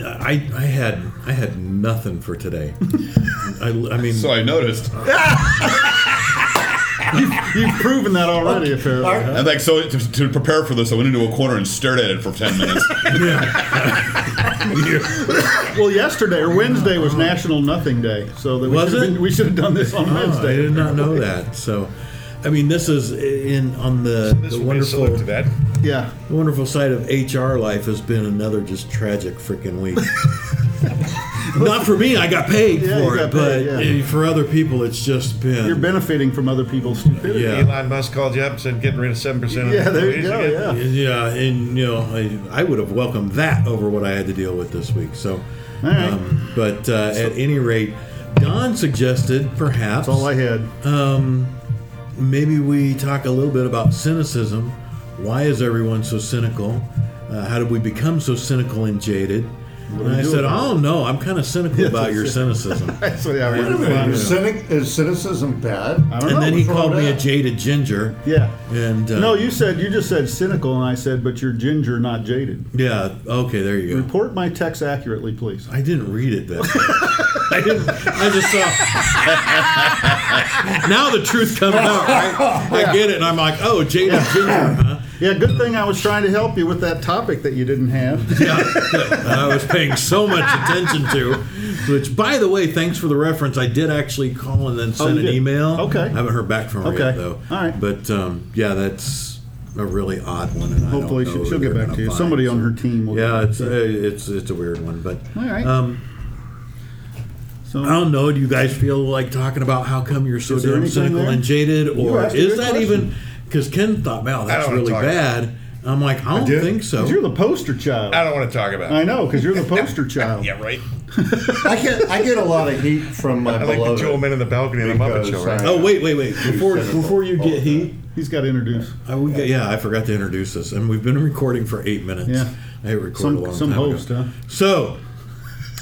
I, I had I had nothing for today. I, I mean, So I noticed. You've proven that already, apparently. huh? And like so, to, to prepare for this, I went into a corner and stared at it for ten minutes. Well, yesterday or Wednesday was National Nothing Day, so that we Was should have it? been, we should have done this on oh, I Wednesday. did not know that. So, I mean, this is in on the, This the will be a salute wonderful to that. Yeah, the wonderful side of HR life has been another just tragic freaking week. not for me, I got paid Yeah, you for it, got paid, but yeah. eh, for other people, it's just been you're benefiting from other people's stupidity. Yeah. Elon Musk called you up and said, getting rid of 7% of Yeah, there you employees go. again." Yeah, Yeah. and you know, I, I would have welcomed that over what I had to deal with this week. So, All right. but uh, at any rate, Don suggested perhaps All I had. maybe we talk a little bit about cynicism. Why is everyone so cynical? Uh, how did we become so cynical and jaded? And do I you do said, about "Oh no, I'm kind of cynical about your cynicism." So yeah, Wait a we're- minute. Is, cynic, is cynicism bad? I don't And know. then he what's wrong called with me a that? jaded ginger. yeah. And uh, No, you said you just said cynical, and I said, but you're ginger, not jaded. Yeah. Okay. There you go. Report my text accurately, please. I didn't read it then. I didn't. I just saw. now the truth comes out, right? I get it, and I'm like, oh, Jada Ginger, huh? Yeah, good thing I was trying to help you with that topic that you didn't have. Yeah, that I was paying so much attention to. Which, by the way, thanks for the reference. I did actually call and then send Oh, you an did? email. Okay. I haven't heard back from her yet, Okay. though. All right. But um, yeah, that's a really odd one, and I don't Hopefully, she, know she'll who get they're back to Oh, gonna you. find, Somebody on so- her team will. Yeah, get back it's to you. a, it's it's a weird one, but All right. Um, so, I don't know. Do you guys feel like talking about how come you're so Is there damn anything cynical there? and jaded, or asked a is good that question. even? Because Ken thought, "Wow, that's don't wanna really talk about bad." I'm like, I don't did? think so. 'Cause you're the poster child. I don't want to talk about it. I know, because you're the poster child. Yeah, right. I get I get a lot of heat from my I like the beloved. Joel Men in the Balcony and the Muppet Because Show, right? I- Oh wait, wait, wait! Before cynical before you all get the time. heat, He's got to introduce. I, we got, yeah, I forgot to introduce us, and we've been recording for eight minutes. Yeah. I hit record a Some- long some time ago. host, huh? So,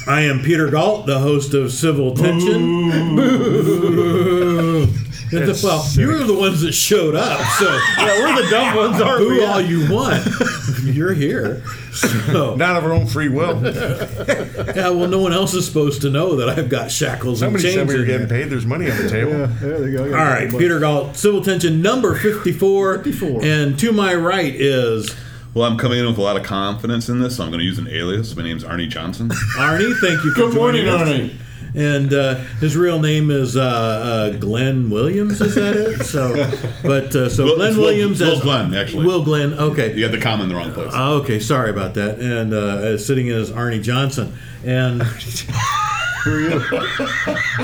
I am Peter Galt, the host of Civil Tension. Boo. That's well, silly. you're the ones that showed up, so Yeah, we're the dumb ones, aren't boo we? all you want. You're here. So, Not of our own free will. yeah, well, no one else is supposed to know that I've got shackles and Somebody chains. said we were in getting there. paid. There's money on the table. Yeah, there they go. All right, Peter Galt, Civil Tension number 54. 54. And to my right is well, I'm coming in with a lot of confidence in this, so I'm going to use an alias. My name's Arnie Johnson. Arnie. Thank you for Good morning, joining us. Arnie. And uh, his real name is uh, uh, Glenn Williams. Is that it? So, but uh, so Will- Glenn it's Will- Williams. Will as- Glenn, actually. Will Glenn. Okay. You got the comma in the wrong place. Ah, okay, sorry about that. And uh, uh, sitting is Arnie Johnson, and Who are you?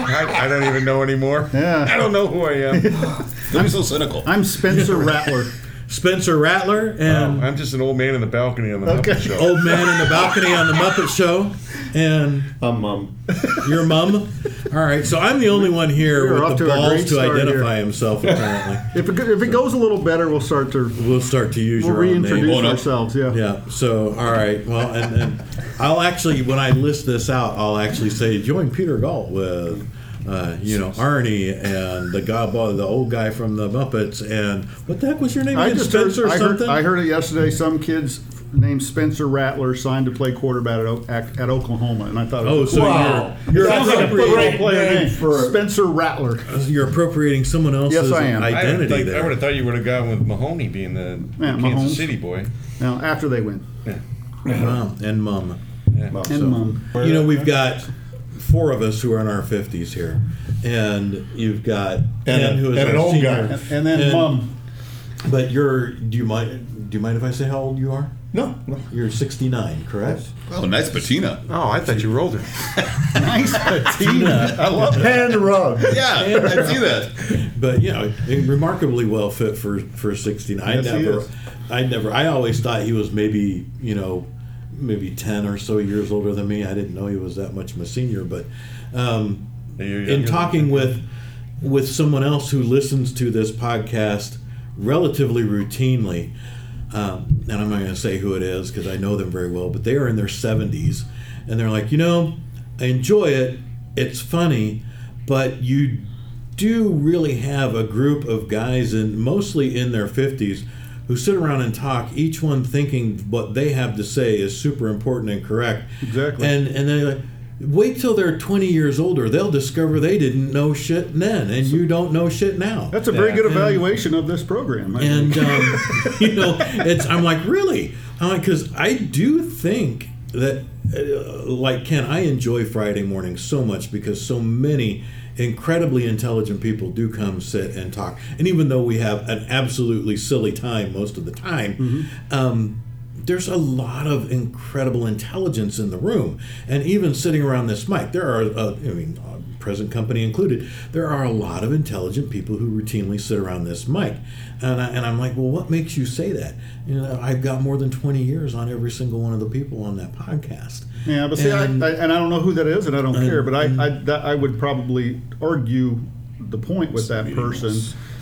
I, I don't even know anymore. Yeah. I don't know who I am. I'm so cynical. I'm Spencer Rattler. Spencer Rattler, and I'm just an old man in the balcony on the Okay. Muppet Show. Oh. old man in the balcony on the Muppet Show, and I'm mum. your mum. All right, so I'm the only one here We're off with the to a balls great to start identify himself. Apparently, If it, go- if it goes a little better, we'll start to we'll start to use we'll your own name. reintroduce Hold up. ourselves. Yeah. Yeah. So, all right. Well, and, and I'll actually, when I list this out, I'll actually say join Peter Galt with, uh, you know, Arnie and the guy, the old guy from the Muppets, and what the heck was your name? I again? just heard, Spencer or I, heard, something. I heard it yesterday. Some kids named Spencer Rattler signed to play quarterback at, O- at, at Oklahoma, and I thought, it oh, was so Wow. you're you're That's a appropriating, great- player name name for- Spencer Rattler. you're appropriating someone else's Yes, I am. I I, would identity think, I there. would have thought you would have gone with Mahoney being the Yeah, Kansas Mahomes. City boy. Now, after they win, Mom and mom. and mom, You know, we've got four of us who are in our fifties here, and you've got Ken, And, a- who is and our an old senior. guy. and then And- mum. But you're. Do you mind? Do you mind if I say how old you are? No, no. You're 69, correct? Oh, nice patina. Oh, I thought you were older. Nice patina. I love hand rub. Yeah, I see that. But you know, remarkably well fit for for 69. I Yes, he never, is. I never, I always thought he was maybe you know, maybe 10 or so years older than me. I didn't know he was that much my senior. But um, Yeah, you're in younger talking with with someone else who listens to this podcast relatively routinely, um, and I'm not going to say who it is because I know them very well, but they are in their 70s, and they're like, you know, I enjoy it. It's funny, but you do really have a group of guys, and mostly in their 50s, who sit around and talk, each one thinking what they have to say is super important and correct. Exactly. And and they like, wait till they're 20 years older, they'll discover they didn't know shit then, and you don't know shit now. That's a very Yeah. good evaluation of this program. I and think. um, you know, it's I'm like really, I'm like because I do think that uh, like Ken, I enjoy Friday mornings so much because so many incredibly intelligent people do come sit and talk, and even though we have an absolutely silly time most of the time. Um, there's a lot of incredible intelligence in the room, and even sitting around this mic, there are, uh, I mean, uh, present company included, there are a lot of intelligent people who routinely sit around this mic, and, I, and I'm like, well, what makes you say that? You know, I've got more than 20 years on every single one of the people on that podcast. yeah, but see, and- I, I, and I don't know who that is, and I don't And- care. But I, I, that, I would probably argue the point with that person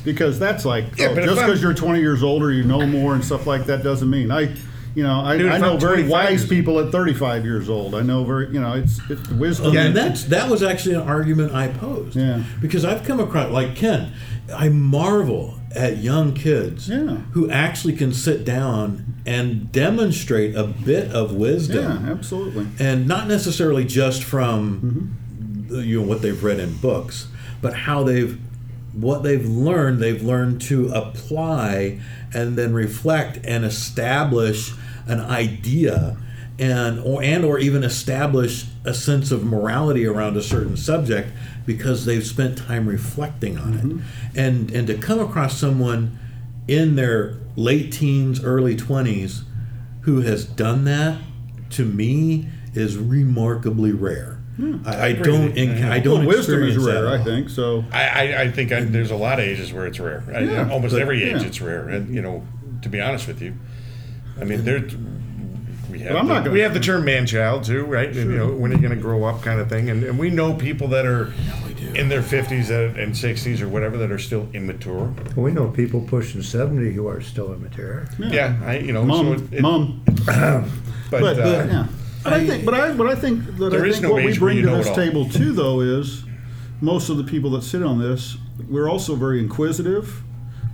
because that's like oh, but if just I'm- because you're 20 years older, you know more and stuff like that doesn't mean I. You know, I, Dude, I if know I'm very 25 wise years- people at 35 years old. I know very, you know, it's, it's wisdom. Um, and that's that was actually an argument I posed. Yeah. Because I've come across like Ken, I marvel at young kids Yeah. who actually can sit down and demonstrate a bit of yeah, wisdom, absolutely. and not necessarily just from the- you know what they've read in books, but how they've what they've learned, they've learned to apply and then reflect and establish an idea and or and or even establish a sense of morality around a certain subject because they've spent time reflecting on it. And and to come across someone in their late teens, early 20s who has done that to me is remarkably rare. Hmm. I, I don't enc- I don't Well, wisdom is experience that rare, at I all. think. So I, I, I think I, there's a lot of ages where it's rare. I, Yeah, almost but- every age yeah. it's rare. And, you know, to be honest with you, I mean, there. We have, Well, I'm the, not gonna- we have the term man child too, right? And, you know, when are you going to grow up, kind of thing. And, and we know people that are we do. in their 50s and and 60s or whatever that are still immature. We know people pushing 70 who are still immature. Yeah, I, you know, mom, so it, it- mom. but, But, uh, but, yeah. but I, think, but I, but I think that There I is think no what we age where bring you to know it this all. table too, though, is most of the people that sit on this, we're also very inquisitive.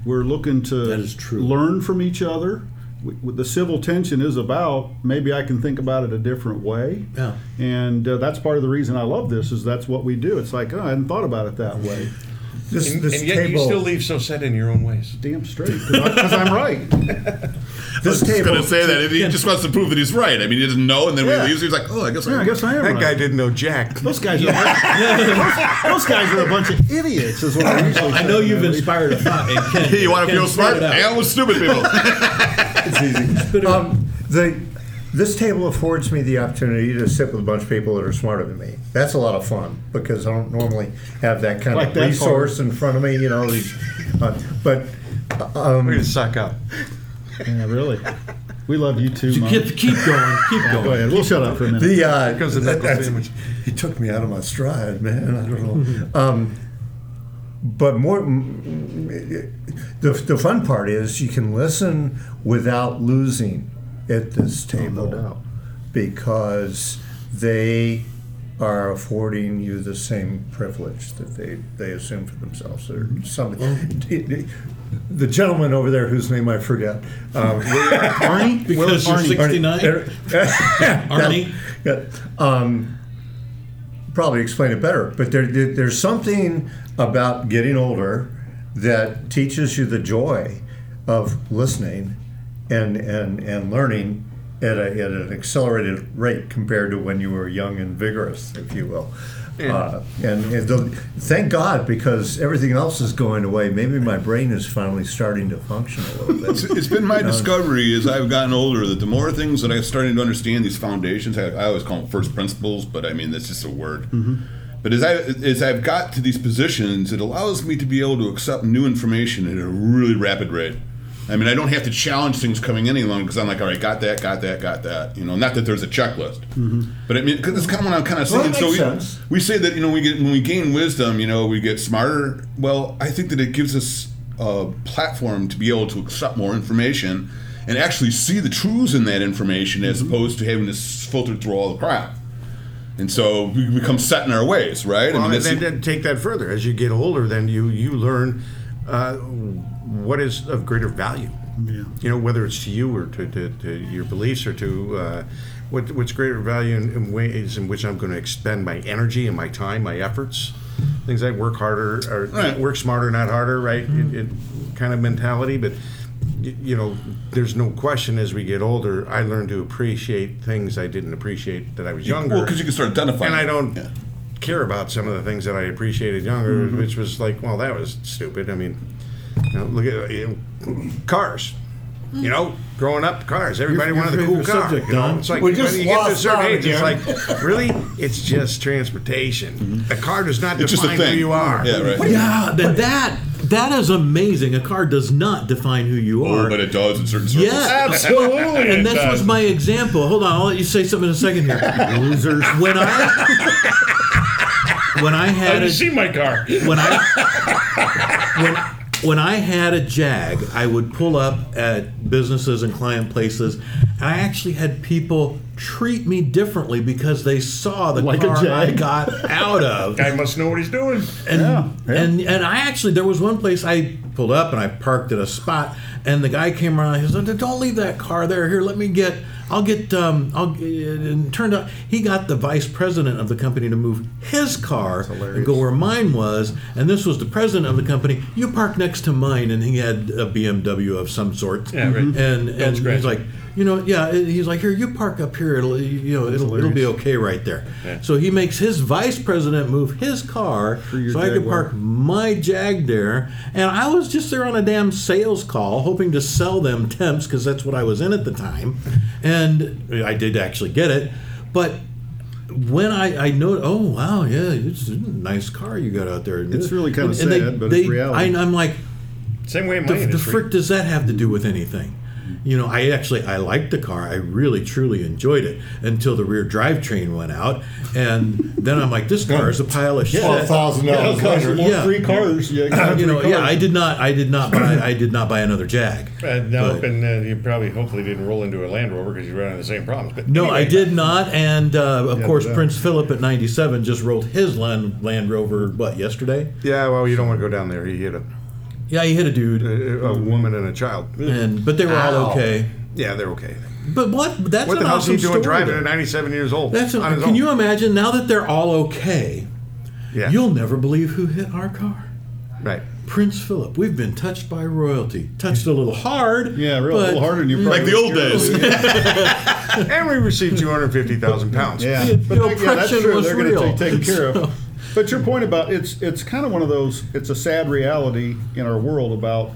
We're looking to That is true. learn from each other. We, what the civil tension is about maybe I can think about it a different way. Yeah. And uh, that's part of the reason I love this is that's what we do. It's like oh, I hadn't thought about it that way. This, and, this and yet you table, still leave so set in your own ways. Damn straight, because I'm right. this I was table, gonna say that he just wants to prove that he's right. I mean, he doesn't know, and then when Yeah. he leaves, he's like, "Oh, I guess Yeah, I guess I am. right. didn't know Jack. Those guys are those, those guys are a bunch of idiots. Is what I usually I say. know you've inspired a thought. and Ken- you want to Ken, feel spit smart? it out. Hang out with stupid people." it's easy. Um, the, this table affords me the opportunity to sit with a bunch of people that are smarter than me. That's a lot of fun because I don't normally have that kind Like of that's hard. resource in front of me. You know, these, uh, but We're going to suck up. Yeah, really. We love you too, Mom. Keep, keep going. Keep going. Go ahead. We'll shut up for a minute. the uh, comes the knuckle that's- sandwich. He took me out of my stride, man. I don't know. um, but more, the the fun part is you can listen without losing at this Oh, table, doubt. because they are affording you the same privilege that they they assume for themselves or Mm-hmm. something. The gentleman over there, whose name I forget, um, Arnie? Because you're Arnie. 69, Arnie. yeah. Um, probably explain it better, but there, there- there's something about getting older that teaches you the joy of listening and and, and learning at, a, at an accelerated rate compared to when you were young and vigorous, if you will. Uh, and and the, thank God because everything else is going away. Maybe my brain is finally starting to function a little It's- bit. it's been my discovery as I've gotten older that the more things that I'm starting to understand these foundations, I, I always call them first principles, but I mean that's just a word. But as I as I've got to these positions, it allows me to be able to accept new information at a really rapid rate. I mean, I don't have to challenge things coming in any longer because I'm like, all right, got that, got that, got that. You know, not that there's a checklist, but I mean, because it's kind of what I'm kind of Mm-hmm. saying. Well, that so makes we- sense. we say that you know we get when we gain wisdom, you know we get smarter. Well, I think that it gives us a platform to be able to accept more information and actually see the truths in that information, as Mm-hmm. opposed to having to s- filter through all the crap. And so we become set in our ways, right? Well, and that's- then, then take that further. As you get older, then you you learn uh, what is of greater value Yeah. you know, whether it's to you or to, to, to your beliefs or to uh, what, what's greater value in, in ways in which I'm going to expend my energy and my time, my efforts, things like work harder or Right. Mm-hmm. work smarter, not harder, right? It, it kind of mentality, but y- you know, there's no question as we get older, I learn to appreciate things I didn't appreciate that I was younger. Well, because you can start identifying. and I don't Yeah. care about some of the things that I appreciated younger, Mm-hmm. which was like, well, that was stupid. I mean, you know, look at you know, cars. You know, growing up, cars. Everybody Your- your wanted a cool favorite car. subject, you know? Don. It's like We when just you get to a lost certain Don age, it's again. like, really, it's just transportation. A car does not Mm-hmm. It's just a define who thing. you are. Yeah, right. Yeah, that, that that is amazing. A car does not define who you are. Oh, but it does in certain circles. Yes. Absolutely. and it this was does. my example. Hold on, I'll let you say something in a second here. Losers. When I when I Have had you a seen my car? when I when when I had a Jag, I would pull up at businesses and client places, and I actually had people treat me differently because they saw the Like a car I Jag. got out of. Guy must know what he's doing. And, Yeah, yeah. and and I actually there was one place I pulled up and I parked at a spot and the guy came around and he said don't leave that car there here let me get I'll get um I'll and it turned out he got the vice president of the company to move his car and go where mine was and this was the president of the company you parked next to mine and he had a BMW of some sort Yeah, right. and and scratch he's it. like you know yeah he's like here you park up here it'll you know it'll, it'll be okay right there so he makes his vice president move his car your so I could Jaguar. park my Jag there, and I was just there on a damn sales call, hoping to sell them temps because that's what I was in at the time, and I did actually get it. But when I I know, oh wow, yeah, it's a nice car you got out there. It's really kinda sad, but it's reality. I, I'm like, Same way in my the, the industry. frick does that have to do with anything? You know, I actually I liked the car. I really truly enjoyed it until the rear drivetrain went out, and then I'm like, this car is a pile of shit. thousand dollars later. more Yeah. free cars. Yeah, you know, yeah, I did not, I did not buy, I did not buy another Jag. Uh, no, But- and uh, you probably hopefully didn't roll into a Land Rover because you ran into the same problems. But No, I anyway. did not, and uh, of course, that- Prince Philip at '97 just rolled his Land Land Rover. What yesterday? Yeah, well, you don't want to go down there. He hit a, Yeah, he hit a dude, a, a woman and a child. and but they were all Ow. okay. Yeah, they're okay. But what? That's What an the hell's awesome he story, doing driving though. at 97 years old? That's a, on his can own? you imagine now that they're all okay? Yeah, You'll never believe who hit our car. right. Prince Philip. We've been touched by royalty. Touched a little hard. yeah, real a but- little harder than you probably Like the old days. And we received 250,000 pounds. Yeah, The but that- yeah, that's oppression true. was They're going real. to take taken care of. But your point about it's it's kind of one of those. It's a sad reality in our world about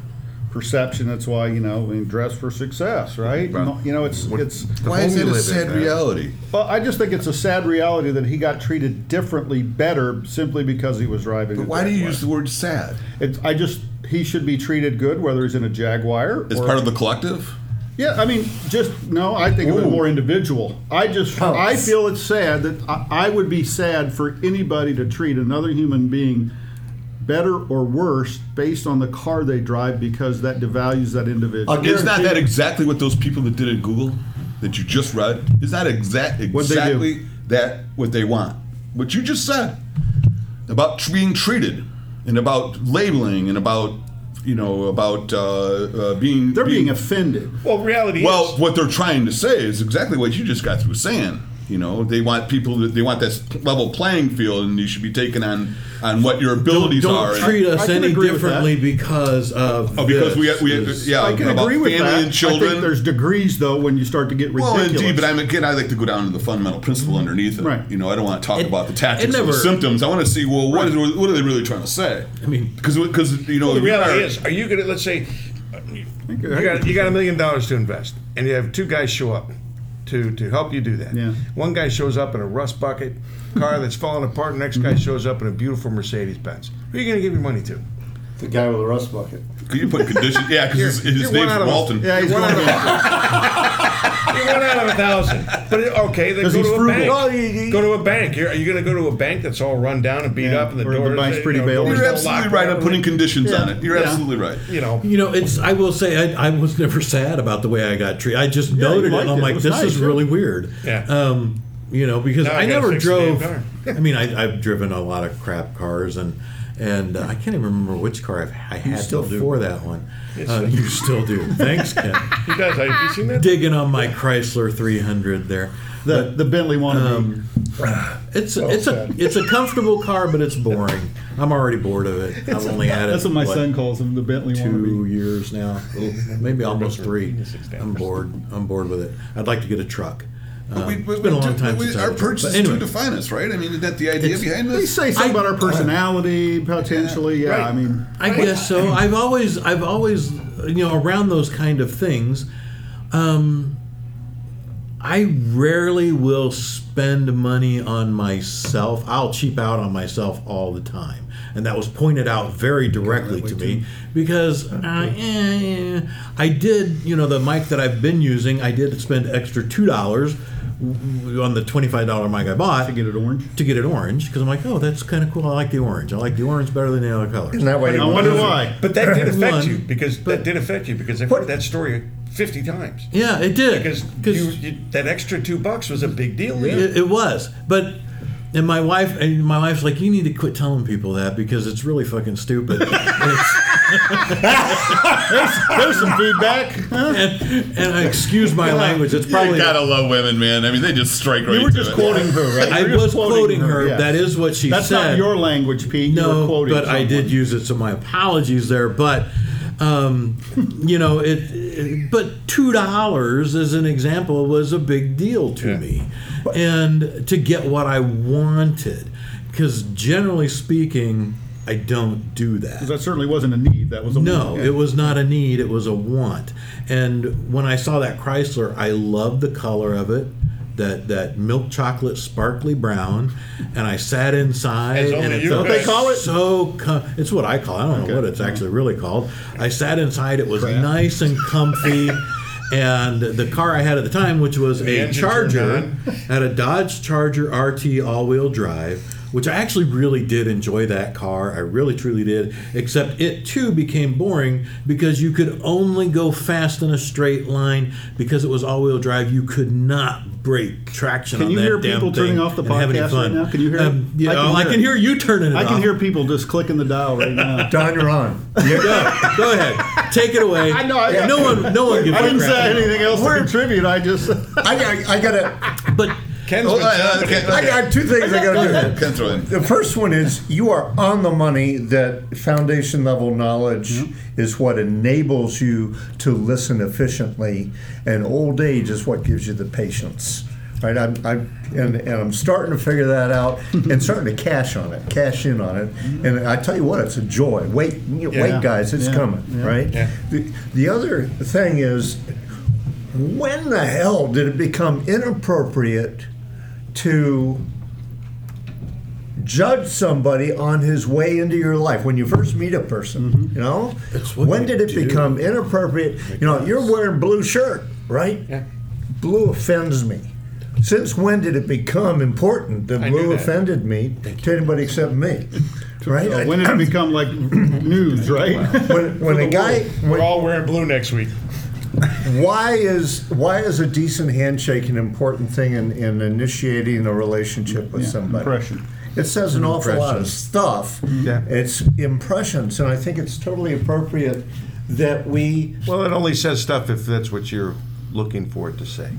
perception. That's why you know we dress for success, right? You know- You know, it's it's. Why is home it you a live in, sad uh, reality? Well, I just think it's a sad reality that he got treated differently, better, simply because he was driving. But why do you use the word sad? It's, I just he should be treated good, whether he's in a Jaguar. As or- part of the collective? Yeah, I mean, just no. I think it was Ooh. more individual. I just, Oh. I feel it's sad that I, I would be sad for anybody to treat another human being better or worse based on the car they drive because that devalues that individual. Again, Is not Guaranteed. that exactly what those people that did at Google that you just read? Is that exact they do? exactly that what they want? What you just said about tr- being treated and about labeling and about you know about uh, uh, being They're being offended. Well, reality well. is. What they're trying to say is exactly what you just got through saying. You know, they want people. That, they want this level playing field, and you should be taken on on what your abilities don't are. and- treat us I can any agree with differently because of Oh, because we this we is- yeah. I can about agree with family that. and children. I think there's degrees though when you start to get Well, ridiculous. indeed, but I'm again. I like to go down to the fundamental principle underneath it. Right. You know, I don't want to talk It- about the tactics it or never- the symptoms. I want to see well, what is- what are they really trying to say? I mean- because because you know, The reality our- is, are you going to, let's say, You got, you got a million dollars to invest, and you have two guys show up to, to help you do that. Yeah. One guy shows up in a rust bucket car that's falling apart. The next Mm-hmm. guy shows up in a beautiful Mercedes Benz. Who are you going to give your money to? The guy with the rust bucket. Could you put condition? Yeah, because his, You're his one name's out of a- Walton. Yeah, he's You're one going out of a- you're one out of a thousand. But it- okay, then 'Cause go he's to a frugal. bank. Well, he- he- go to a bank. You're, are you going to go to a bank that's all run down and beat Yeah, up, and the or the doors? bank's pretty you know, bailed. doors You're don't absolutely lock right. forever, I'm putting conditions Yeah. on it. You're Yeah. absolutely right. You know, You know, it's. I will say, I, I was never sad about the way I got treated. I just you noted it. liked and I'm it. It like, was this nice, is yeah. really weird. Yeah. Um, you know, because Now I I gotta never fix the damn drove. car. I mean, I, I've driven a lot of crap cars, and And uh, I can't even remember which car I've, I had still do. before that one. Uh, you still do. Thanks, Ken. He does. Have you seen that? Digging on my Chrysler 300 there. The Oh, the Bentley one. Um, It's it's a sad. it's a comfortable car, but it's boring. I'm already bored of it. I've only had it. that's what my what, son calls them. The Bentley Two one. years now, maybe almost three. I'm bored. I'm bored with it. I'd like to get a truck. Um, We- we- it's been a we- long time we- since I Our had a truck. purchases But anyway, do define us, right? I mean, is that the idea It's- behind They this? say something I- about our personality potentially. Yeah, Right. I mean, I guess so. I've always, I've always, you know, around those kind of things, um, I rarely will spend money on myself. I'll cheap out on myself all the time, and that was pointed out very directly to me because uh, eh, eh, I did, you know, the mic that I've been using. I did spend extra two dollars on the twenty-five dollar mic I bought to get it orange. to get it orange because I'm like, oh, that's kind of cool. I like the orange. I like the orange better than the other colors. And that way, And I you wonder lose it. why. But that did affect One, you because but- that did affect you because I've What? heard that story fifty times. Yeah, it did. Because you, you, that extra two bucks was a big deal. to you. it, it was, but and my wife and my wife's like, you need to quit telling people that because it's really fucking stupid. It's- There's some feedback. Huh? and, and I excuse my language. It's probably you gotta love women, man. I mean, they just strike right. You were to just it. quoting her, right? I You were just was quoting her. yes. That is what she That's said. not your language, Pete. you were No, quoting but I did someone. use it, so my apologies there. But um, you know, it, it- But two dollars, as an example, was a big deal to me, and to get what I wanted, because generally speaking, I don't do that. That certainly wasn't a need. That was a No, yeah. it was not a need, it was a want. And when I saw that Chrysler, I loved the color of it. That, that milk chocolate sparkly brown, and I sat inside. As only and it you felt could. What they call it? So com- it's what I call. It. I don't know what it's actually really called. I sat inside. It was nice and comfy, and the car I had at the time, which was The a engine Charger, turned had a Dodge Charger RT all-wheel drive, which I actually really did enjoy that car. I really truly did. Except it too became boring because you could only go fast in a straight line because it was all-wheel drive. You could not break traction Can on you that hear damn people thing turning off the and have any podcast fun. right now? Can you hear it? Um, yeah, I I can can, hear it. hear, you turning it I off. can hear people just clicking the dial right now. Don, you're on. Go, go ahead. Take it away. I know, I- no one, no one gives I a didn't crap. say anything else to contribute. I just I, I, I gotta. But Ken's Hold been on, uh, somebody- Ken- I got two things I gotta do. Ken, throw in. The first one is you are on the money that foundation level knowledge is what enables you to listen efficiently, and old age is what gives you the patience. Right, I'm, I'm and, and I'm starting to figure that out, and starting to cash on it, cash in on it. And I tell you what, it's a joy. Wait, Mm-hmm. Yeah. wait, guys, it's Yeah. coming. Right. Yeah. The, the other thing is, when the hell did it become inappropriate to judge somebody on his way into your life when you first meet a person you know what when we did it do. become inappropriate you know you're wearing blue shirt right yeah. blue offends me since when did it become important that knew blue that. offended me to anybody except me right I- when did it become like news, right? when, when a guy when, We're all wearing blue next week. why is why is a decent handshake an important thing in, in initiating a relationship with Yeah, somebody? impression. It says an awful lot of stuff. Yeah. It's impressions, and I think it's totally appropriate that we Well, it only says stuff if that's what you're looking for it to say.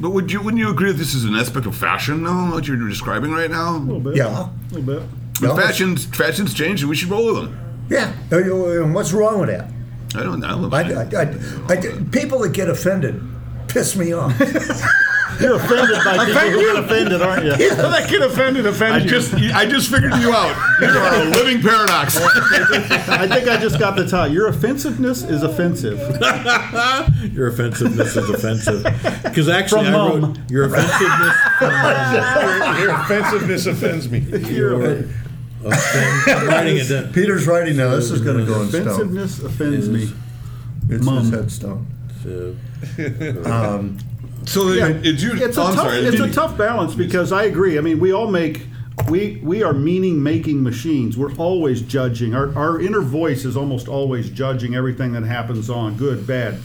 But would you wouldn't you agree that this is an aspect of fashion though, what you're describing right now? little bit. Yeah. a little bit. No, it's- Fashion's fashion's changed and we should roll with them. yeah. Oh, you- And what's wrong with that? I don't know. I, I, I, I, people that get offended piss me off. You're offended by people who get offended, aren't you? Well, that get offended offends you. I just figured you out. You are a living paradox. I think I just got the tie. Your offensiveness is offensive. Your offensiveness is offensive. Because actually, From I wrote mum. your offensiveness from your, mum. your offensiveness offends me. Your offend- I'm writing it down. Peter's writing now. This is going to go in stone. Offensiveness offends me. It's Mum. his headstone. so Yeah. did you It's a oh, I'm tough. sorry, it's did a you- tough balance because I agree. I mean, we all make. We, we are meaning making machines. We're always judging. Our, our inner voice is almost always judging everything that happens on good, bad,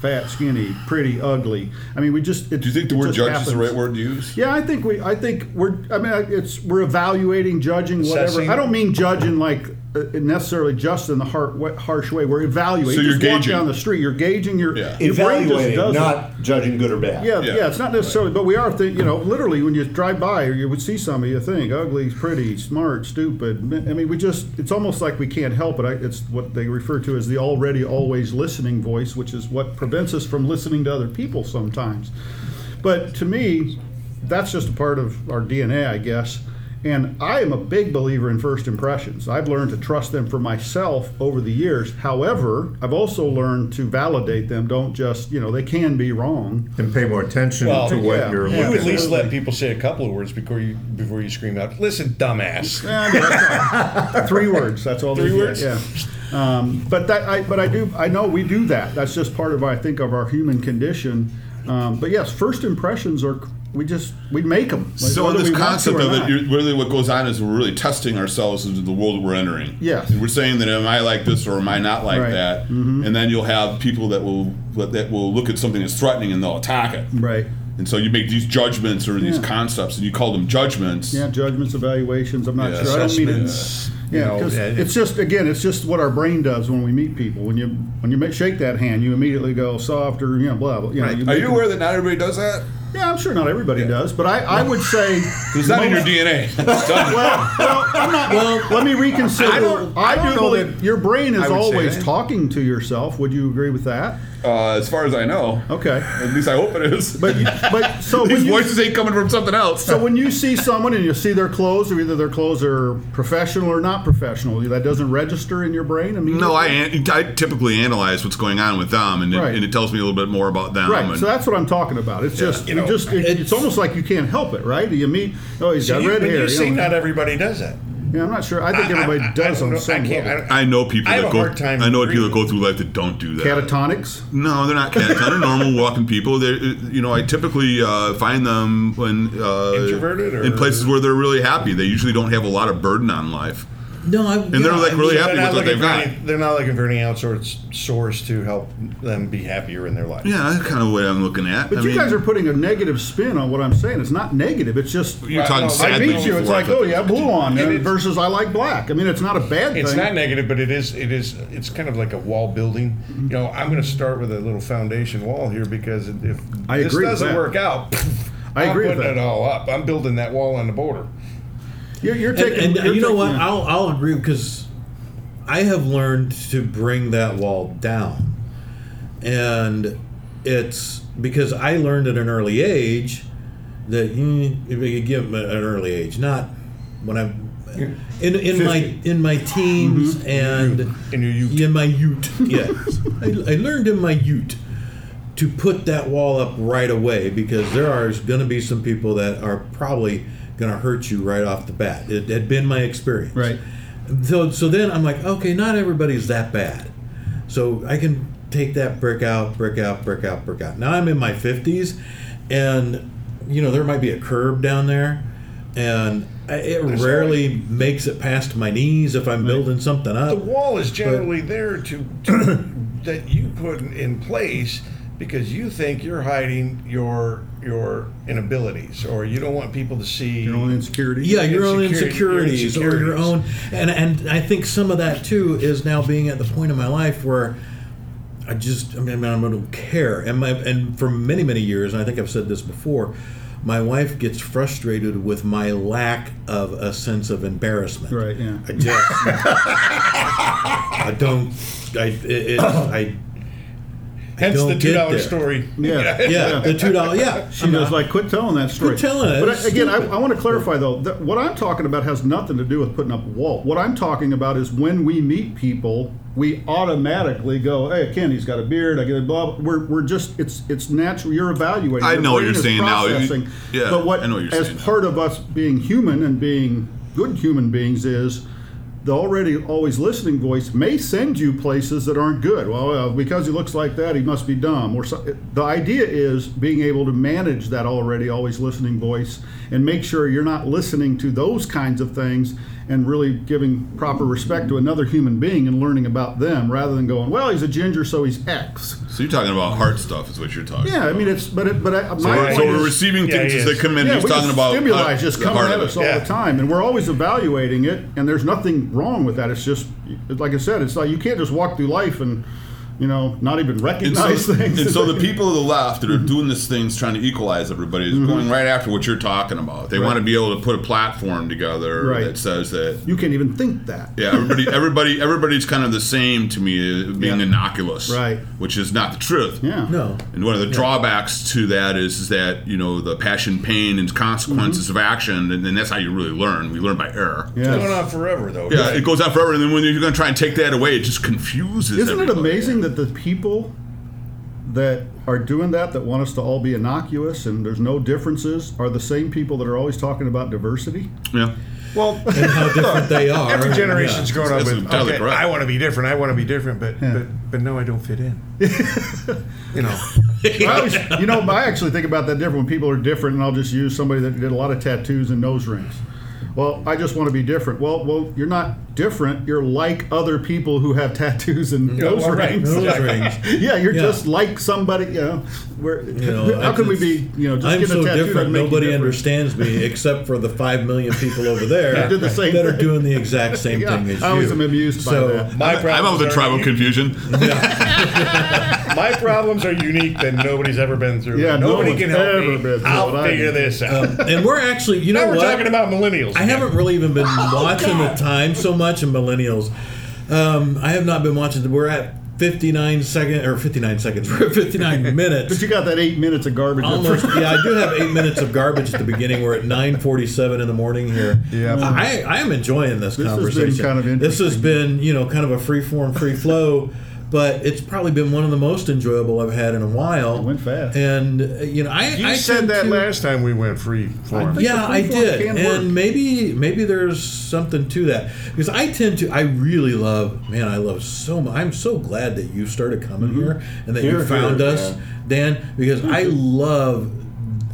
fat, skinny, pretty, ugly. I mean, we just. It, Do you think the it word just judge is the happens. right word to use? Yeah, I think we. I think we're. I mean, I- it's we're evaluating, judging, whatever. Assessing. I don't mean judging like uh, necessarily just in the har- wa- harsh way. We're evaluating. So You you're just walk gauging. down the street. You're gauging your, Yeah. your brain just Evaluating, doesn't. not judging good or bad. yeah, Yeah. yeah, It's not necessarily, but we are. Th- you know, literally, when you drive by, or you would see somebody, you think ugly, pretty, smart, stupid. I mean, we just. It's almost like we can't help it. I, it's what they refer to as the already always listening voice, which is what prevents us from listening to other people sometimes. But to me, that's just a part of our DNA, I guess. And I am a big believer in first impressions. I've learned to trust them for myself over the years. However, I've also learned to validate them. Don't just, you know, they can be wrong. and pay more attention Well, to what yeah, you're You looking at least at. let people say a couple of words before you before you scream out, "Listen, dumbass." Yeah, no, that's fine. Three words. That's all. Three they get, words? Yeah. Um, but that, I, but I do, I know we do that. That's just part of, I think, of our human condition. Um, but yes, first impressions are. We just we make them. So in this concept of it, you're, really what goes on is we're really testing ourselves into the world we're entering. Yes. and we're saying that am I like this or am I not like Right. Mm-hmm. that? And then you'll have people that will that will look at something that's threatening and they'll attack it. right. And so you make these judgments or these Yeah. concepts, and you call them judgments. Yeah, judgments, evaluations. I'm not Yeah, sure. I don't mean it. assessments, you Yeah, know, because and- it's just again, it's just what our brain does when we meet people. When you when you make, shake that hand, you immediately go soft or you know blah blah. You know, Right. Are make you them- aware that not everybody does that? Yeah, I'm sure not everybody does, but I, I would say It's not in your DNA. It's done. well, well, I'm not, well, let me reconsider. I, don't- I don't do know believe that your brain is I would say always that. talking to yourself. Would you agree with that? uh, as far as I know, Okay, at least I hope it is. but you, but so these when you, voices ain't coming from something else. so when you see someone and you see their clothes, or either their clothes are professional or not professional, that doesn't register in your brain. I mean, No, I, an- I typically analyze what's going on with them, and it, Right. and it tells me a little bit more about them. Right, and- so that's what I'm talking about. It's just, you know, just, it- it's, it's- almost like you can't help it, right? You meet, oh, he's So got you, red but hair. you you see, know, not everybody does that. yeah, I'm not sure. I think everybody I- I- does I don't on know. some I can't. level. I don't- I know people I have that a go. hard time I know people that agreeing. go through life that don't do that. Catatonics. No, they're not catatonic. they're normal walking people. They're, you know, I typically uh, find them when uh, Introverted or- in places where they're really happy. They usually don't have a lot of burden on life. No, I, they're like really So they're not happy with what looking they've for got. any- they're not looking for any outsourced source to help them be happier in their life. Yeah, that's kind of what I'm looking at. But I you mean, guys are putting a negative spin on what I'm saying. It's not negative. It's just you're Right, talking no, I I sadly meet you. It's before, like, but- oh yeah, blue on It is- versus I like black. I mean, it's not a bad It's thing. not negative, but it is. It is. It's kind of like a wall building. Mm-hmm. You know, I'm going to start with a little foundation wall here because if I this agree with doesn't that. work out, I am agree with putting that. it all up. I'm building that wall on the border. You're, you're and, taking. and you're you know taking what? a- I'll, I'll agree because I have learned to bring that wall down. And it's because I learned at an early age that mm, if you give 'em at an early age, not when I'm in, in my in my teens and In your youth. in my ute. Yeah, I, I learned in my ute to put that wall up right away because there are going to be some people that are probably going to hurt you right off the bat. It had been my experience. Right. So so then I'm like, okay, not everybody's that bad. So I can take that brick out, brick out, brick out, brick out. Now I'm in my 50s and you know there might be a curb down there and I, it rarely makes it past my knees if I'm building something up. The wall is generally there to, to that you put in place because you think you're hiding your your inabilities or you don't want people to see your own insecurity. Yeah, your own Insecurity- insecurities, your or your own, insecurities. and and I think some of that too is now being at the point in my life where I just I mean I don't care, and my and for many many years, and I think I've said this before, my wife gets frustrated with my lack of a sense of embarrassment. Right. Yeah. I just I don't I it, it, I Hence don't the get two dollar there. story. Yeah. yeah the two dollar yeah She was like, "Quit telling that story." telling it. But It's I- again, I, stupid. I want to clarify though. That what I'm talking about has nothing to do with putting up a wall. What I'm talking about is when we meet people, we automatically go, "Hey, Ken, he's got a beard." I get blah. blah. We're, we're just it's it's natural. You're evaluating. I Your know what brain you're is saying now. You- processing. yeah, But what I know what you're as saying. part of us being human and being good human beings is. The already always listening voice may send you places that aren't good. Well, uh, because he looks like that, he must be dumb. Or so, the idea is being able to manage that already always listening voice and make sure you're not listening to those kinds of things and really giving proper respect to another human being and learning about them rather than going, well, he's a ginger, so he's X. So you're talking about heart stuff, is what you're talking. Yeah, I about. mean, it's, but it, but I, So, my we're- point so is- we're receiving Yeah, things he as is. they come in. yeah, he's we talking got about stimuli uh, just the coming heart at of us it. all Yeah. the time, and we're always evaluating it. And there's nothing wrong with that. It's just like I said, it's like you can't just walk through life and you know not even And so, recognize things. and so the people of the left that are doing these things, trying to equalize everybody, is Mm-hmm. going right after what you're talking about. They want to be able to put a platform together Right. that says that you can't even think that. Yeah, everybody, everybody, everybody's kind of the same to me, uh, being Yeah. innocuous, Right. Which is not the truth. Yeah. No. And one of the drawbacks to that is, is that you know the passion, pain, and consequences of action, and then that's how you really learn. We learn by error. Mm-hmm. Yeah. It's going on forever, though. Yeah, it goes on forever, and then when you're going to try and take that away, it just confuses. Isn't it everybody. amazing that the people that are doing that, that want us to all be innocuous and there's no differences, are the same people that are always talking about diversity? Yeah. Well, and how different they are. every generation's Yeah. grown up That's with, entirely okay, correct. I want to be different, I want to be different, but, but, but no, I don't fit in. you know, I always, you know, I actually think about that different when people are different, and I'll just use somebody that did a lot of tattoos and nose rings. Well, I just want to be different. Well, well, you're not different. You're like other people who have tattoos and nose well, right. rings. Nose rings. Yeah, you're Yeah. just like somebody. You know, where You know, how can we it's- be? You know, just I'm get so a tattoo different. doesn't make you Nobody different. understands me except for the five million people over there That did the same that are thing. doing the exact same Yeah, thing as I always you. am amused by so, that. My I'm out problems with the are tribal unique- confusion. My problems are unique that nobody's ever been through. Yeah, no nobody one's can help ever me. been through I'll what I figure did. Um, this out. And we're actually, you know now we're what? talking about millennials. I haven't really even been Oh, watching the time so much in millennials. Um, I have not been watching. the- We're at 59 second or 59 seconds. We're at 59 minutes. But you got that eight minutes of garbage. up Almost. front. Yeah, I do have eight minutes of garbage at the beginning. We're at 9:47 in the morning here. Yeah. I, I am enjoying this, This has been conversation. kind of This has been, you know, kind of a free form, free flow. But it's probably been one of the most enjoyable I've had in a while. It went fast. and uh, you know, I you I said tend that to- last time we went free I form. think- yeah, the I free form did, can and work. maybe maybe there's something to that because I tend to. I really love, man. I love so much. I'm so glad that you started coming Mm-hmm. here and that you Here, found here, us, Dan, because I love,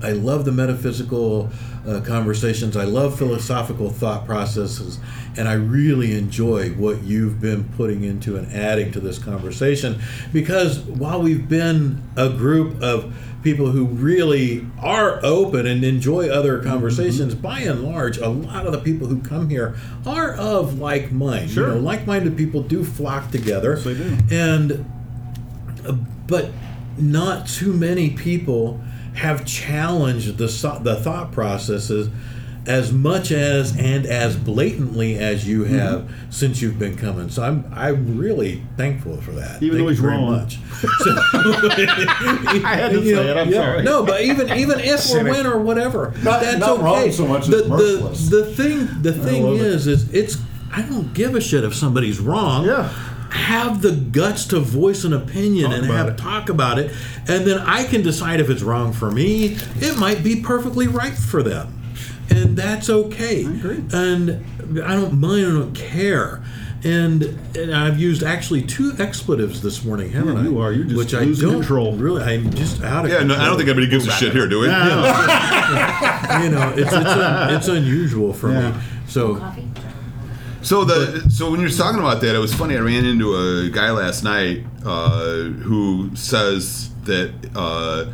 I love the metaphysical uh, conversations. I love philosophical thought processes, and I really enjoy what you've been putting into and adding to this conversation because while we've been a group of people who really are open and enjoy other Mm-hmm. conversations by and large a lot of the people who come here are of like mind Sure. you know like-minded people do flock together they do. and but not too many people have challenged the so- the thought processes as much as and as blatantly as you Mm-hmm. have since you've been coming. So I'm I'm really thankful for that. Even Thank though he's you very wrong. much. So, I had to say it, I'm sorry. No, but even even if or when or whatever, Not- that's not okay. wrong so much as the, the, mirthless. the thing the thing love it. is is it's I don't give a shit if somebody's wrong Yeah. have the guts to voice an opinion and about have it. talk about it and then i can decide if it's wrong for me it might be perfectly right for them and that's okay agree. and i don't mind i don't care and, and I've used actually two expletives this morning, haven't Yeah, I? you are. You're just which I losing don't control. Really, I'm just out of. Yeah, no, I don't control. think anybody gives a shit here, do we? You know, it's it's, un, it's unusual for Yeah. me. So Coffee? So the so when you were talking about that, it was funny. I ran into a guy last night uh, who says that uh,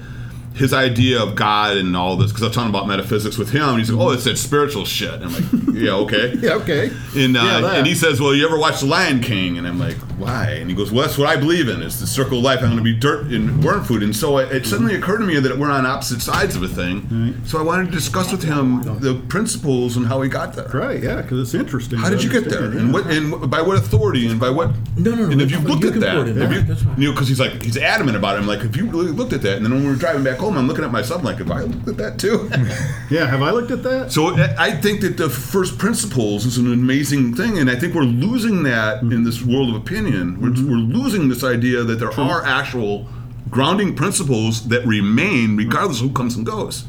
his idea of God and all this because I was talking about metaphysics with him. And he's like, "Oh, it's that spiritual shit." And I'm like, "Yeah, okay." Yeah, okay. And, uh, Yeah, that. and he says, "Well, you ever watch The Lion King?" And I'm like, "Why?" And he goes, "Well, that's what I believe in. It's the circle of life. I'm going to be dirt and worm food." And so it, it suddenly occurred to me that we're on opposite sides of a thing. So I wanted to discuss with him the principles and how he got there. Right, yeah, because it's interesting. How to did you get there? understand, And yeah. what? And wh- by what authority? And by what? No, no, no, And if you you look can at put that, it in if there. you, That's fine. you know, because he's like he's adamant about it. I'm like, if you really looked at that, and then when we were driving back home, I'm looking at myself. I'm like, if I looked at that too. Yeah, have I looked at that? so I I think that the first principles is an amazing thing, and I think we're losing that Mm-hmm. in this world of opinion. We're, we're losing this idea that there are actual grounding principles that remain regardless of who comes and goes.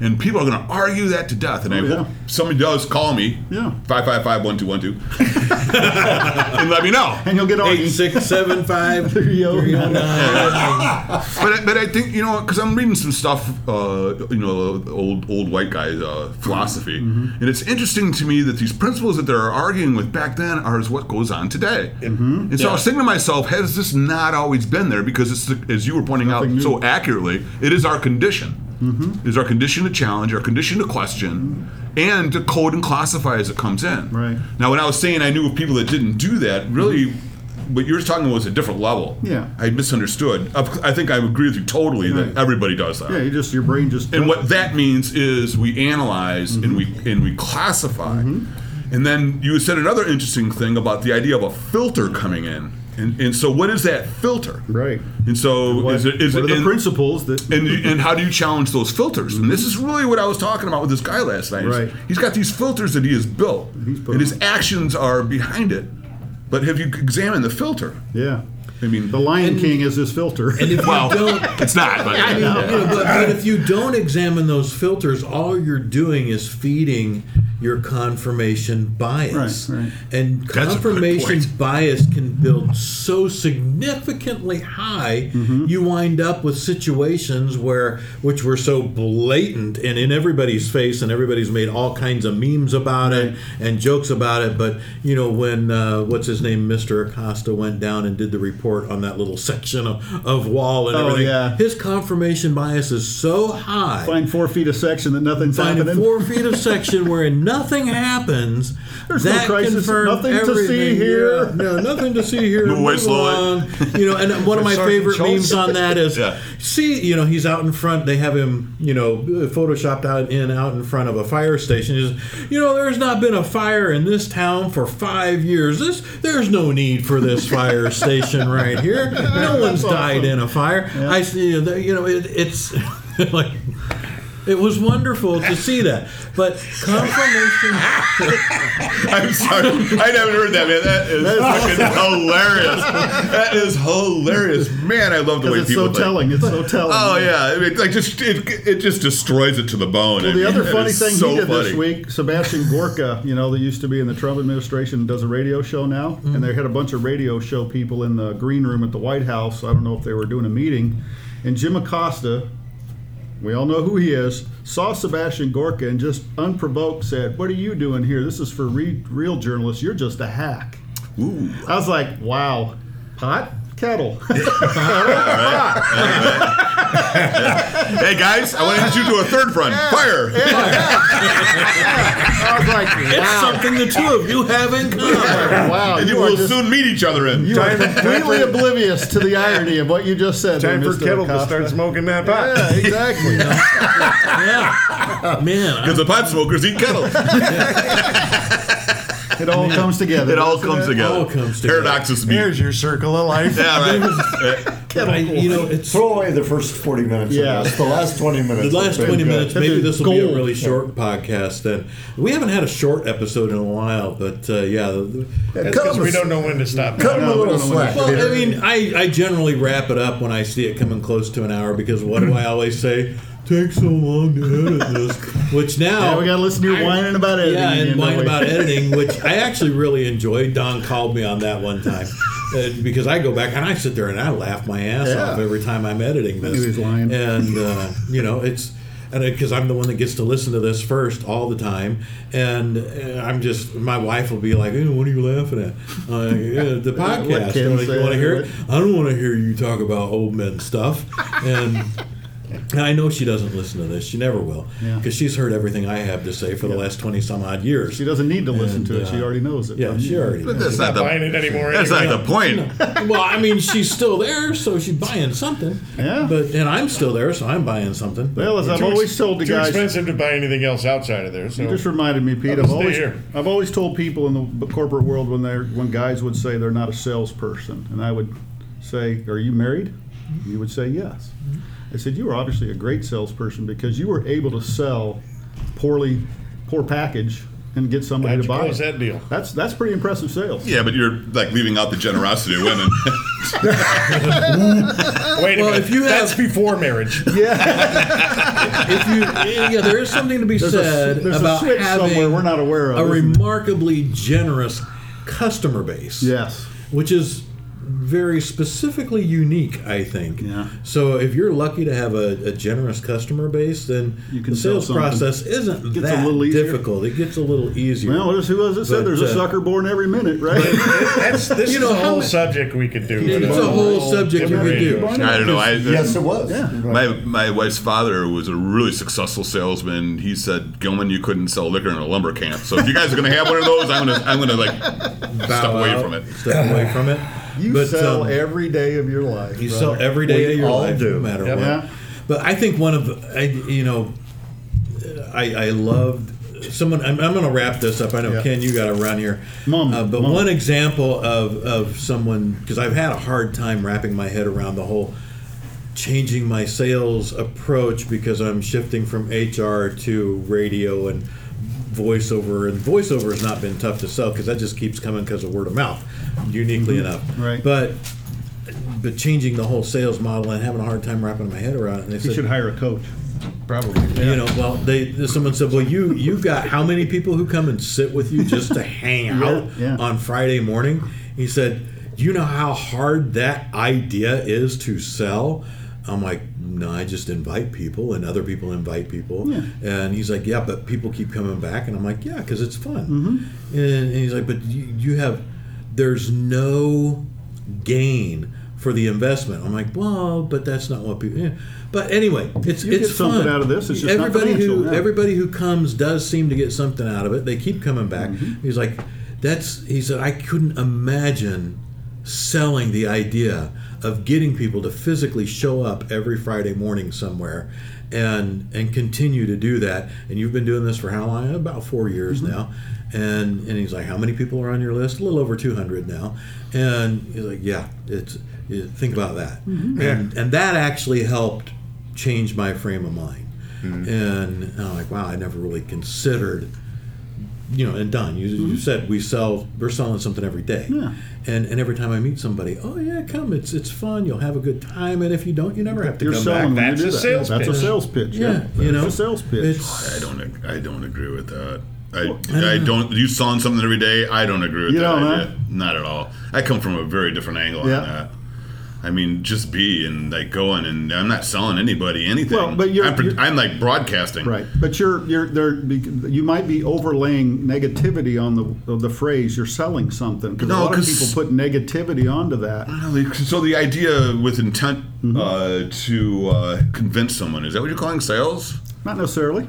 and people are going to argue that to death. And I Oh, yeah. hope somebody does call me. Yeah. Five five five one two one two. And let me know. and you'll get all Eight six seven five three oh nine. But I, but I think you know because I'm reading some stuff, uh, you know, old old white guy uh, philosophy, and it's interesting to me that these principles that they're arguing with back then are is what goes on today. And so I was thinking to myself, has this not always been there? Because it's the, as you were pointing out so accurately, it is our condition. Is our condition to challenge, our condition to question, and to code and classify as it comes in. Right. Now, when I was saying I knew of people that didn't do that, really, what you were talking about was a different level. Yeah. I misunderstood. Of- I think I agree with you totally Right. that everybody does that. yeah, you just your brain just and what that means is we analyze and Mm-hmm. we and we classify. And then you said another interesting thing about the idea of a filter coming in. And, and so what is that filter? right. And so What, is it is what it are the in- principles that and, you- and how do you challenge those filters? And this is really what I was talking about with this guy last night. He's- Right. he's got these filters that he has built, He's put and his on. actions are behind it. But have you examined the filter? yeah. I mean, The Lion King is his filter. And if well, you don't, it's not. But I mean, you know, but, but if you don't examine those filters, all you're doing is feeding your confirmation bias. Right, right. And That's a good confirmation point. bias can build so significantly high, Mm-hmm. you wind up with situations where, which were so blatant and in everybody's face, and everybody's made all kinds of memes about it and jokes about it. But, you know, when, uh, what's his name, Mr. Acosta went down and did the report on that little section of, of wall and Oh, everything, yeah. his confirmation bias is so high. Find four feet of section that nothing's Finding happening. four feet of section where nothing happens. There's no crisis, confirmed nothing to see everything. here. Yeah, no, nothing to see here. Move away slowly. You know, and one of my Sergeant favorite Schultz. memes on that is, Yeah. see, you know, he's out in front. They have him, you know, photoshopped out in out in front of a fire station. He's, you know, there's not been a fire in this town for five years. This there's no need for this fire station right here. No one's died in a fire. I see. You know, you know, it, it's like. It was wonderful to see that, but confirmation. I'm sorry, I haven't heard that, man. That is fucking hilarious. That is hilarious, man. I love the way Because it's people. so think. telling. It's so telling. Oh yeah, I mean, like just it, it just destroys it to the bone. I Well, the mean, other that funny is thing so he did this funny. week, Sebastian Gorka, you know, that used to be in the Trump administration, does a radio show now, Mm-hmm. and they had a bunch of radio show people in the green room at the White House. I don't know if they were doing a meeting, and Jim Acosta, we all know who he is, saw Sebastian Gorka and just unprovoked said, "What are you doing here? This is for re- real journalists. You're just a hack." Ooh. I was like, "Wow, pot." Kettle. Hey guys, I want to introduce you to a third friend. Fire. I was like, It's wow, something the two of you have in common. wow. and Oh, you are will just- soon meet each other in. You are completely oblivious to the irony of what you just said. Time there, for Mr. Kettle to Acosta. start smoking that pot. Yeah, exactly. Yeah, man. Because the pot smokers eat kettle. It all comes together. It all doesn't comes it? together. all comes together. Paradoxes meet. Here's your circle of life. Yeah, right. Uh, I, you know, it's Throw away the first 40 minutes. Yeah. Yeah. The last 20 minutes. The last have been 20 good. minutes, maybe this will be a Gold. really short podcast then. We haven't had a short episode in a while, but uh, yeah. the- the- Yeah, That's Cut because them we a, don't know when to stop. cut them No, a we little don't know when slack. Well, I mean, I, I generally wrap it up when I see it coming close to an hour because what do I always say? Takes so long to edit this. Which now. Yeah, we got to listen to you whining about editing. Yeah, again, and don't mine we? about editing, which I actually really enjoy. Don called me on that one time uh, because I go back and I sit there and I laugh my ass Yeah. off every time I'm editing this. He was lying. and uh, you know it's and because I'm the one that gets to listen to this first all the time, and uh, I'm just my wife will be like, "Eh, "What are you laughing at?" Uh, yeah, the podcast. Ken I'm like, you said, want to hear it? right? I don't want to hear you talk about old men stuff, and. And I know she doesn't listen to this. She never will, Yeah. because she's heard everything I have to say for the last twenty some odd years. She doesn't need to listen And, to it. uh, She already knows it. yeah, she already. but knows. that's not Buying the. it anymore. That's anyway. not the point. well, I mean, she's still there, so she's buying something. Yeah. But and I'm still there, so I'm buying something. Well, as I've Too ex- always told the too guys, expensive to buy anything else outside of there. So You just reminded me, Pete. I'll I've stay always, here. I've always told people in the corporate world when they are when guys would say they're not a salesperson, and I would say, "Are you married?" You would say yes. I said, "You were obviously a great salesperson because you were able to sell poorly, poor package and get somebody How'd to you buy close it. that deal? That's that's pretty impressive sales. Yeah, but you're like leaving out the generosity of women. Wait a Well, minute. if you have- That's before marriage. if you, yeah, there is something to be There's a s- said there's a about switch having somewhere we're not aware of, a isn't there? remarkably generous customer base. Yes. which is very specifically unique, I think. Yeah. So if you're lucky to have a, a generous customer base, then You can the sell sales something. process isn't Gets a that little easier. difficult. It gets a little easier. Well, what is, who was it said? But, There's a uh, sucker born every minute, right? That's, this You is know, a how whole ma- subject we could do. It's a whole subject you could do. I don't know. I, Yes, it was. Yeah. My my wife's father was a really successful salesman. He said, "Gilman, you couldn't sell liquor in a lumber camp. So if you guys are going to have one of those, I'm going to I'm going to like step Bow away out, from it." Step away from it. You But, sell um, every day of your life. You brother. sell every day We of your all life, do. no matter Yep. what. Yeah. But I think one of the, I, you know, I, I loved someone. I'm, I'm going to wrap this up. I know Yeah. Ken, you got to run here. Mom, uh, but mom. one example of of someone because I've had a hard time wrapping my head around the whole changing my sales approach because I'm shifting from HR to radio and voiceover and voiceover has not been tough to sell because that just keeps coming because of word of mouth uniquely enough Mm-hmm. Right. but but changing the whole sales model and having a hard time wrapping my head around it. And they you said, should hire a coach. Probably. you know, well, they someone said, well, you you got how many people who come and sit with you just to hang out yeah. on Friday morning? He said, you know how hard that idea is to sell. I'm like, no, I just invite people, and other people invite people. Yeah. And he's like, yeah, but people keep coming back, and I'm like, yeah, because it's fun. Mm-hmm. And, and he's like, but you, you have, there's no gain for the investment. I'm like, well, but that's not what people. Yeah. But anyway, it's You it's get something fun. out of this, it's just not everybody who financial, yeah. everybody who comes does seem to get something out of it. They keep coming back. Mm-hmm. He's like, that's he said I couldn't imagine selling the idea of getting people to physically show up every Friday morning somewhere and and continue to do that. And you've been doing this for how long? About four years Mm-hmm. now. And and he's like, how many people are on your list? A little over 200 now. And he's like, yeah, it's yeah, think about that. Mm-hmm. And, and that actually helped change my frame of mind. Hmm. And I'm like, wow, I never really considered, you know, and Don, you, you said we sell, we're selling something every day. Hmm. Yeah. And, and every time I meet somebody, oh yeah, come, it's it's fun, you'll have a good time, and if you don't, you never have to You're come selling back. when That's you do a that. sales That's pitch. a sales pitch. Yeah, you That's know, a sales pitch. It's, I don't ag- I don't agree with that. I, I don't. You selling something every day. I don't agree with You that. don't, idea. huh? Not at all. I come from a very different angle Yeah. on that. I mean, just be and like going, and I'm not selling anybody anything. Well, but you're- I'm, pro- you're- I'm like broadcasting. Right, but you're you're there. bec- You might be overlaying negativity on the of the phrase "you're selling something" because No, a lot of 'cause- people put negativity onto that. Well, the- Ah, So the idea with intent Mm-hmm. uh, to uh, convince someone is that what you're calling sales? Not necessarily.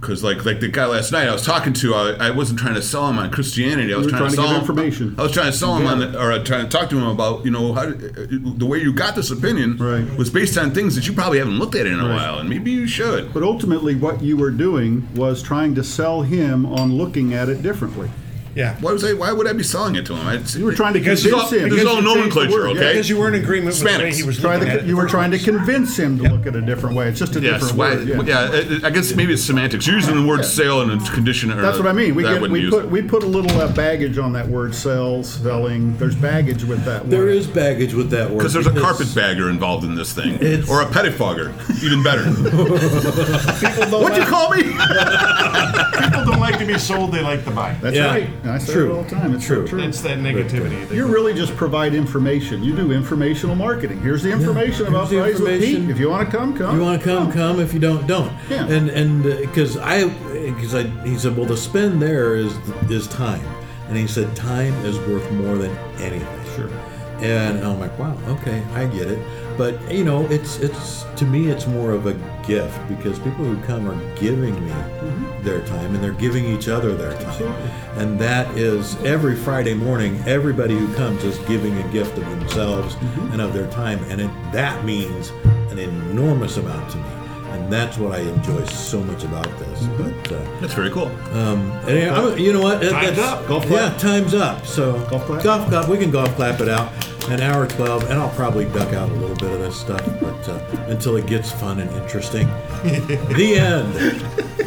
Because like like the guy last night I was talking to, I, I wasn't trying to sell him on Christianity. I was were trying, to trying sell to him give information. I was trying to sell him on, or uh, trying to talk to him about you know how did- the way you got this opinion Right. was based on things that you probably haven't looked at in a while, and maybe you should. But ultimately, what you were doing was trying to sell him on looking at it differently. Yeah. Why was I? Why would I be selling it to him? I, You were trying to Because There's all, convince him. there's all You changed the nomenclature, word. okay? Yeah, Because you were in agreement with the way Hispanics. he was Try looking at to, it. you were trying to convince him to look at it different way. It's just a Yes, different why, word. Yeah. yeah. I- I guess maybe it's semantics. You're using the word sale and a condition. Or That's what I mean. We that get, wouldn't we use put it. we put a little uh, baggage on that word "sells," "selling." There's baggage with that word. there is baggage with that word Because there's a because- carpetbagger involved in this thing, It's- or a pettifogger, even better. What'd you call me? People don't like to be sold, they like to buy. That's Yeah. right. I say True. it all the time. It's True. true. true. It's that negativity. that- You really just provide information. You do informational marketing. Here's the information here's about the Fries with information. Pete. If you want to come, come. You want to come, come. If you don't, don't. Yeah. And and because I because I he said, well, the spend there is is time, and he said time is worth more than anything. Sure. And I'm like, wow, okay, I get it. But you know, it's it's to me, it's more of a gift because people who come are giving me their time, and they're giving each other their time, and that is every Friday morning. Everybody who comes is giving a gift of themselves and of their time, and it, that means an enormous amount to me. And that's what I enjoy so much about this. Mm-hmm. But uh, That's very cool. and I'm- you know what? That- Time's that's- up. Golf yeah, clap. time's up. So Golf clap? golf clap. We can golf clap it out. An hour twelve, and I'll probably duck out a little bit of this stuff, but uh, until it gets fun and interesting. the end.